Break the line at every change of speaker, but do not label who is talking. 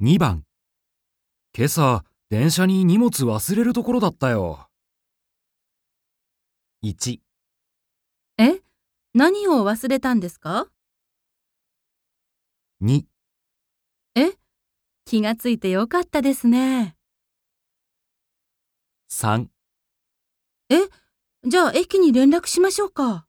2番、
今朝、電車に荷物忘れるところだったよ。
1、
え何を忘れたんですか
2、
気がついてよかったですね。
3。
じゃあ駅に連絡しましょうか。